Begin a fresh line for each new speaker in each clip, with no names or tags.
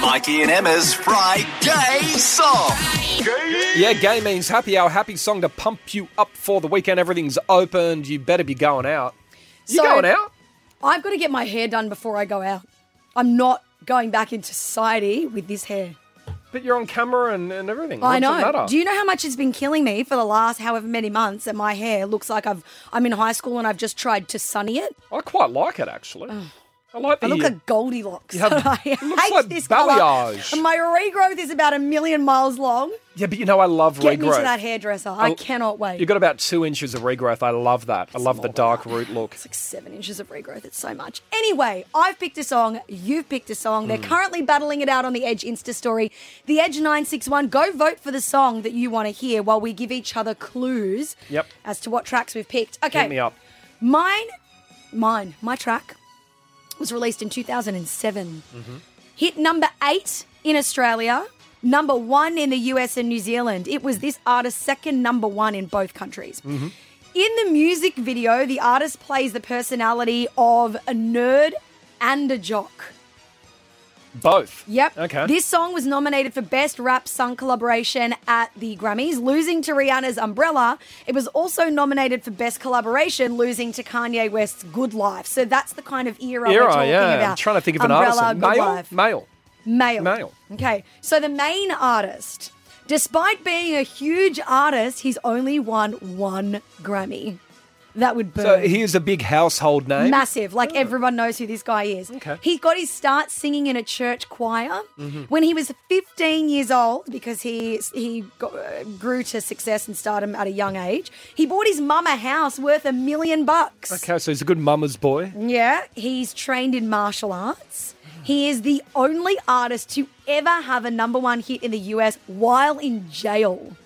Mikey and Emma's Friday song.
Yeah, gay means happy hour, happy song to pump you up for the weekend. Everything's opened. You better be going out. You
So-
going out?
I've got to get my hair done before I go out. I'm not going back into society with this hair.
But you're on camera and, and everything.
I
What's the
know.
matter?
Do you know how much it's been killing me for the last however many months that my hair looks like I've I'm in high school and I've just tried to sunny it?
I quite like it actually. I like
I
the.
look like Goldilocks.
You have-
I
it looks
hate
like
this
balayage.
color. My regrowth is about a million miles long.
yeah, but you know I love
Get
regrowth. Oh,
me to that hairdresser. I
I'll-
cannot wait.
You got about two inches of regrowth. I love that. I love the dark root look.
It's like seven inches of regrowth. It's so much. Anyway, I've picked a song. You've picked a song.
Hmm.
They're currently battling it out on the Edge Insta story. The Edge 961. Go vote for the song that you want to hear while we give each other clues
Yep.
as to what tracks we've picked. Okay.
Hit me up.
Mine, mine, my track was released in 2007. Hit number eight in Australia, number one in the US and New Zealand. It was this artist's second number one in both countries. In the music video, the artist plays the personality of a nerd and a jock.
Both.
Yep.
Okay.
This song was nominated for Best Rap Song Collaboration at the Grammys, losing to Rihanna's Umbrella. It was also nominated for Best Collaboration, losing to Kanye West's Good Life. So that's the kind of era, we're
era.
talking
Yeah.
about.
I'm trying to think of
Umbrella,
an
Good
artist.
Life.
Male. Male.
Male.
Male.
Okay. So the main artist, despite being a huge artist, he's only won one Grammy. That would burn.
So he is a big household name.
Massive. Like everyone knows who this guy is.
Oh. Okay. Mm-hmm.
He got his start singing in a church choir when he was 15 years old because he he got, uh, grew to success and stardom at a young age. He bought his mum a house worth a million bucks.
Okay, so he's a good mama's boy.
Yeah, he's trained in martial arts.
Hmm.
He is the only artist to ever have a number one hit in the US while in jail.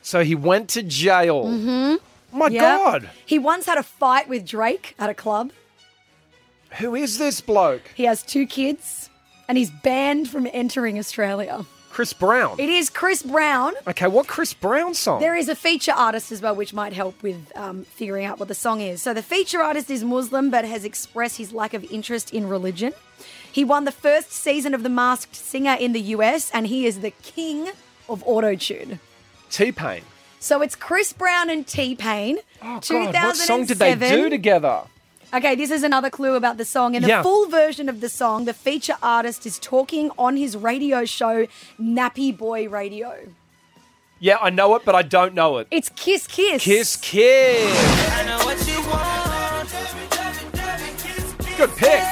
So he went to jail. Mm-hmm. My
Yeah.
God,
He once had a fight with Drake at a club.
who is this bloke?
He has two kids and he's banned from entering Australia.
Chris Brown.
It is Chris Brown.
Okay, what Chris Brown song?
There is a feature artist as well, which might help with um, figuring out what the song is. So, the feature artist is Muslim but has expressed his lack of interest in religion. He won the first season of The Masked Singer in the US and he is the king of auto tune.
T Pain.
So, it's Chris Brown and T Pain.
Oh God, what song did they do together?
Okay, this is another clue about the song. In the
Yeah.
full version of the song, the feature artist is talking on his radio show, Nappy Boy Radio.
Yeah, I know it, but I don't know it.
It's Kiss Kiss.
Kiss Kiss. Good pick.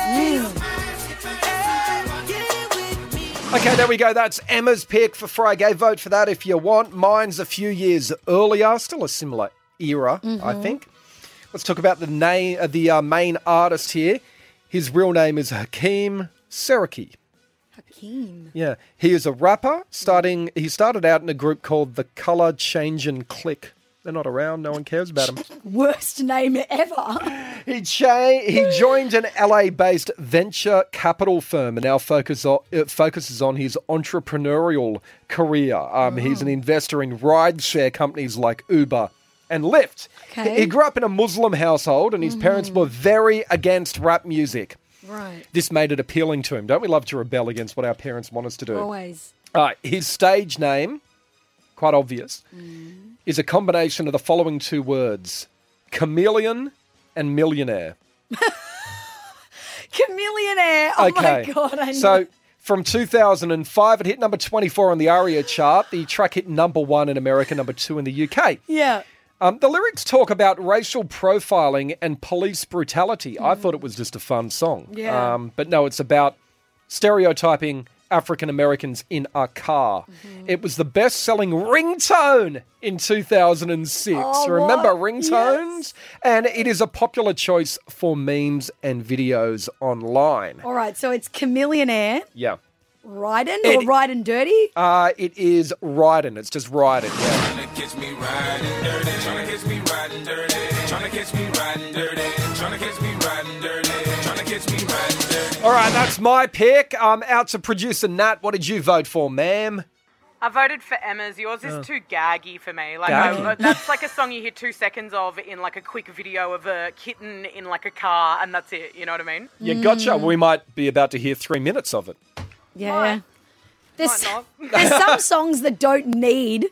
Okay, there we go. That's Emma's pick for Friday. Vote for that if you want. Mine's a few years earlier, still a similar era, I think. Let's talk about the name, uh, the uh, main artist here. His real name is Hakeem Seraki.
Hakeem.
Yeah, he is a rapper. Starting, he started out in a group called the Color Change and Click. They're not around. No one cares about them.
Worst name ever.
He, cha- he joined an LA based venture capital firm and now focus on, it focuses on his entrepreneurial career. Um, He's an investor in rideshare companies like Uber and Lyft.
Okay.
He- He grew up in a Muslim household and his parents were very against rap music.
Right.
This made it appealing to him. Don't we love to rebel against what our parents want us to do?
Always.
Uh, his stage name, quite obvious, is a combination of the following two words chameleon and millionaire.
Chameleonaire. Oh my god, I know.
So from 2005, it hit number 24 on the ARIA chart. The track hit number one in America, number two in the UK.
yeah.
Um, the lyrics talk about racial profiling and police brutality. I thought it was just a fun song.
Hmm. Yeah.
Um, but no, it's about stereotyping African Americans in a car.
Mm-hmm.
It was the best selling ringtone in 2006.
Oh,
Remember
what?
ringtones? And it is a popular choice for memes and videos online.
All right, so it's chameleonaire,
Yeah.
riding
It-
or riding dirty.
Uh, it is Ryden. It's just Ryden. Yeah.
Tryna catch me riding dirty. Tryna catch me riding dirty. Tryna catch me riding dirty. Tryna catch me riding dirty. Tryna catch me riding dirty.
All right, that's my pick. Um, out to producer Nat. What did you vote for, ma'am?
I voted for Emma's. Yours is too gaggy for me. Like
Gaggy?
I, that's like a song you hear two seconds of in like a quick video of a kitten in like a car,
Hmm.
and that's it. You know what I mean?
Yeah, gotcha. We might be about to hear three minutes of it.
Yeah. There's,
Might not.
there's some songs that don't need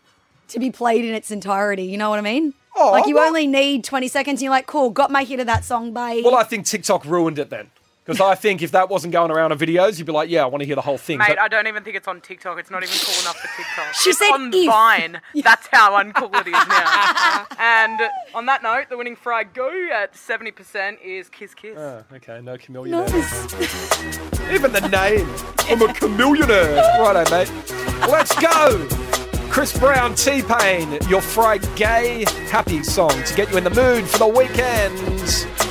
to be played in its entirety. You know what I mean?
Oh,
like you
well-
only need 20 seconds and you're like, cool, got my hit of that song, bye.
Well, I think TikTok ruined it then. Because I think if that wasn't going around on videos, you'd be like, yeah, I want to hear the whole thing.
Mate,
But-
I don't even think it's on TikTok. It's not even cool enough for TikTok.
She
it's
said
on
if.
Vine. That's how uncool it is now. and on that note, the winning fry go at 70% is Kiss Kiss.
Oh, okay, no chameleon.
Nice.
Even the name. I'm a chameleonaire. Righto, mate. Let's go. Chris Brown, T Pain, your Fry Gay Happy song to get you in the mood for the weekend.